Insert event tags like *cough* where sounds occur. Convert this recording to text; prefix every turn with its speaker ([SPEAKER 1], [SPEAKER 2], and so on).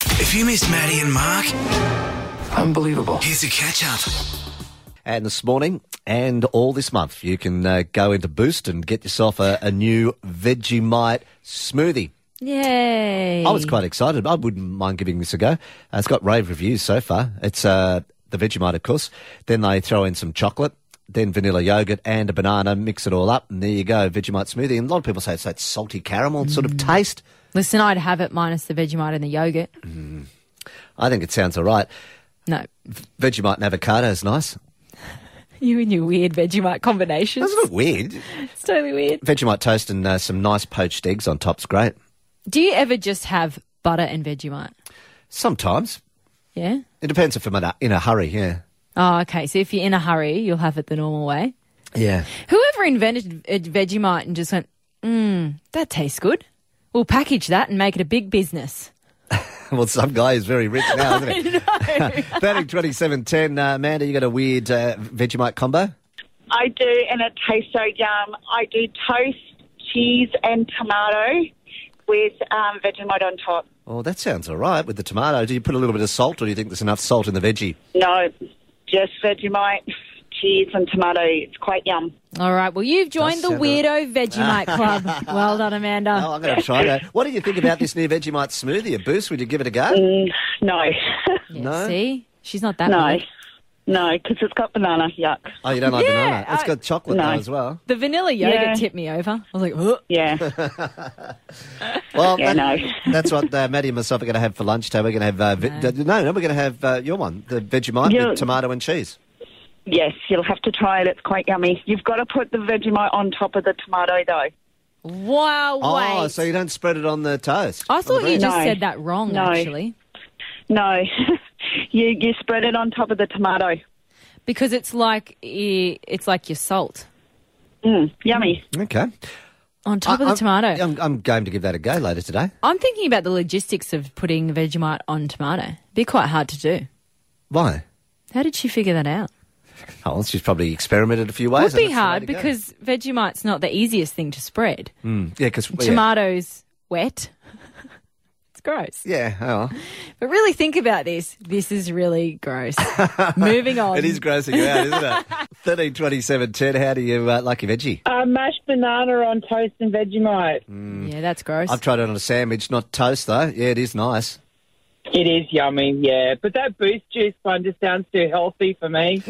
[SPEAKER 1] If you missed Maddie and Mark,
[SPEAKER 2] Unbelievable.
[SPEAKER 1] here's a catch up.
[SPEAKER 3] And this morning and all this month, you can uh, go into Boost and get yourself a, a new Vegemite smoothie.
[SPEAKER 4] Yay.
[SPEAKER 3] I was quite excited. I wouldn't mind giving this a go. Uh, it's got rave reviews so far. It's uh, the Vegemite, of course. Then they throw in some chocolate, then vanilla yogurt and a banana, mix it all up, and there you go, Vegemite smoothie. And a lot of people say it's that salty caramel sort of taste.
[SPEAKER 4] Listen, I'd have it minus the Vegemite and the yogurt.
[SPEAKER 3] I think it sounds all right.
[SPEAKER 4] No.
[SPEAKER 3] Vegemite and avocado is nice.
[SPEAKER 4] You and your weird Vegemite combinations.
[SPEAKER 3] Isn't it weird?
[SPEAKER 4] It's totally weird.
[SPEAKER 3] Vegemite toast and uh, some nice poached eggs on top's great.
[SPEAKER 4] Do you ever just have butter and Vegemite?
[SPEAKER 3] Sometimes.
[SPEAKER 4] Yeah.
[SPEAKER 3] It depends if I'm in a, in a hurry, yeah.
[SPEAKER 4] Oh, okay. So if you're in a hurry, you'll have it the normal way.
[SPEAKER 3] Yeah.
[SPEAKER 4] Whoever invented uh, Vegemite and just went, mmm, that tastes good. We'll package that and make it a big business.
[SPEAKER 3] *laughs* Well, some guy is very rich now, isn't it?
[SPEAKER 4] *laughs* No.
[SPEAKER 3] 30, 27, 10. Uh, Amanda, you got a weird uh, Vegemite combo?
[SPEAKER 5] I do, and it tastes so yum. I do toast, cheese, and tomato with um, Vegemite on top.
[SPEAKER 3] Oh, that sounds all right with the tomato. Do you put a little bit of salt or do you think there's enough salt in the
[SPEAKER 4] *laughs*
[SPEAKER 3] veggie?
[SPEAKER 5] No, just Vegemite, cheese, and tomato. It's quite yum.
[SPEAKER 4] *laughs* All right. Well, you've joined the
[SPEAKER 3] sound all
[SPEAKER 4] Weirdo Vegemite
[SPEAKER 3] *laughs*
[SPEAKER 4] Club. Well done, Amanda.
[SPEAKER 3] Oh, I'm going to try that. What do you think about this new Vegemite smoothie? A boost? Would you give it a go?
[SPEAKER 5] No, *laughs*
[SPEAKER 4] Yeah,
[SPEAKER 3] No?
[SPEAKER 4] See? She's not that
[SPEAKER 5] no,
[SPEAKER 4] weird.
[SPEAKER 5] no, because it's got banana. Yuck.
[SPEAKER 3] Oh, you don't like
[SPEAKER 4] Yeah,
[SPEAKER 3] banana? It's
[SPEAKER 4] I-
[SPEAKER 3] got chocolate
[SPEAKER 5] No.
[SPEAKER 3] now as well.
[SPEAKER 4] The vanilla yogurt
[SPEAKER 5] Yeah.
[SPEAKER 4] tipped me over. I was like, Ugh.
[SPEAKER 5] Yeah,
[SPEAKER 3] Well, *laughs*
[SPEAKER 5] Yeah,
[SPEAKER 3] that-
[SPEAKER 5] no.
[SPEAKER 3] that's what uh, Maddie and myself are going to have for lunch today. We're going to have uh, ve- no. no, we're going to have uh, your one, the Vegemite
[SPEAKER 5] Yeah.
[SPEAKER 3] with tomato and cheese.
[SPEAKER 5] yes, you'll have to try it. It's quite yummy. You've got to put the Vegemite on top of the tomato, though.
[SPEAKER 4] wow, wait.
[SPEAKER 3] Oh, so you don't spread it on the toast?
[SPEAKER 4] I thought you just
[SPEAKER 5] No.
[SPEAKER 4] said that wrong,
[SPEAKER 5] No.
[SPEAKER 4] actually,
[SPEAKER 5] No, *laughs* you you spread it on top of the tomato.
[SPEAKER 4] because it's like eh, it's like your salt
[SPEAKER 5] Mm, Yummy.
[SPEAKER 3] Okay.
[SPEAKER 4] on top of
[SPEAKER 3] I-
[SPEAKER 4] the
[SPEAKER 3] I'm-
[SPEAKER 4] tomato. I'm,
[SPEAKER 3] I'm, I'm going to give that a go later today.
[SPEAKER 4] thinking about the logistics of putting Vegemite on tomato. Be quite hard to do.
[SPEAKER 3] Why?
[SPEAKER 4] How did she figure that out?
[SPEAKER 3] Oh, well, she's probably experimented a few ways.
[SPEAKER 4] Would
[SPEAKER 3] and
[SPEAKER 4] be
[SPEAKER 3] that's the way
[SPEAKER 4] hard
[SPEAKER 3] to go.
[SPEAKER 4] because Vegemite's not the easiest thing to spread.
[SPEAKER 3] Mm, yeah, because
[SPEAKER 4] Tomatoes wet. *laughs* it's gross.
[SPEAKER 3] Yeah, oh, well.
[SPEAKER 4] But really think about this. This is really
[SPEAKER 3] *laughs*
[SPEAKER 4] gross. Moving on.
[SPEAKER 3] it is grossing you out, isn't
[SPEAKER 4] *laughs*
[SPEAKER 3] it? Thirteen twenty-seven ten. How do you uh, like your veggie?
[SPEAKER 6] Uh, mashed banana on toast and Vegemite.
[SPEAKER 4] Yeah, that's gross. *laughs*
[SPEAKER 3] I've tried it on a sandwich, not toast though. Yeah, it is nice.
[SPEAKER 6] It is
[SPEAKER 4] Ah!
[SPEAKER 6] yummy, yeah. But that boost juice one just sounds too healthy for me.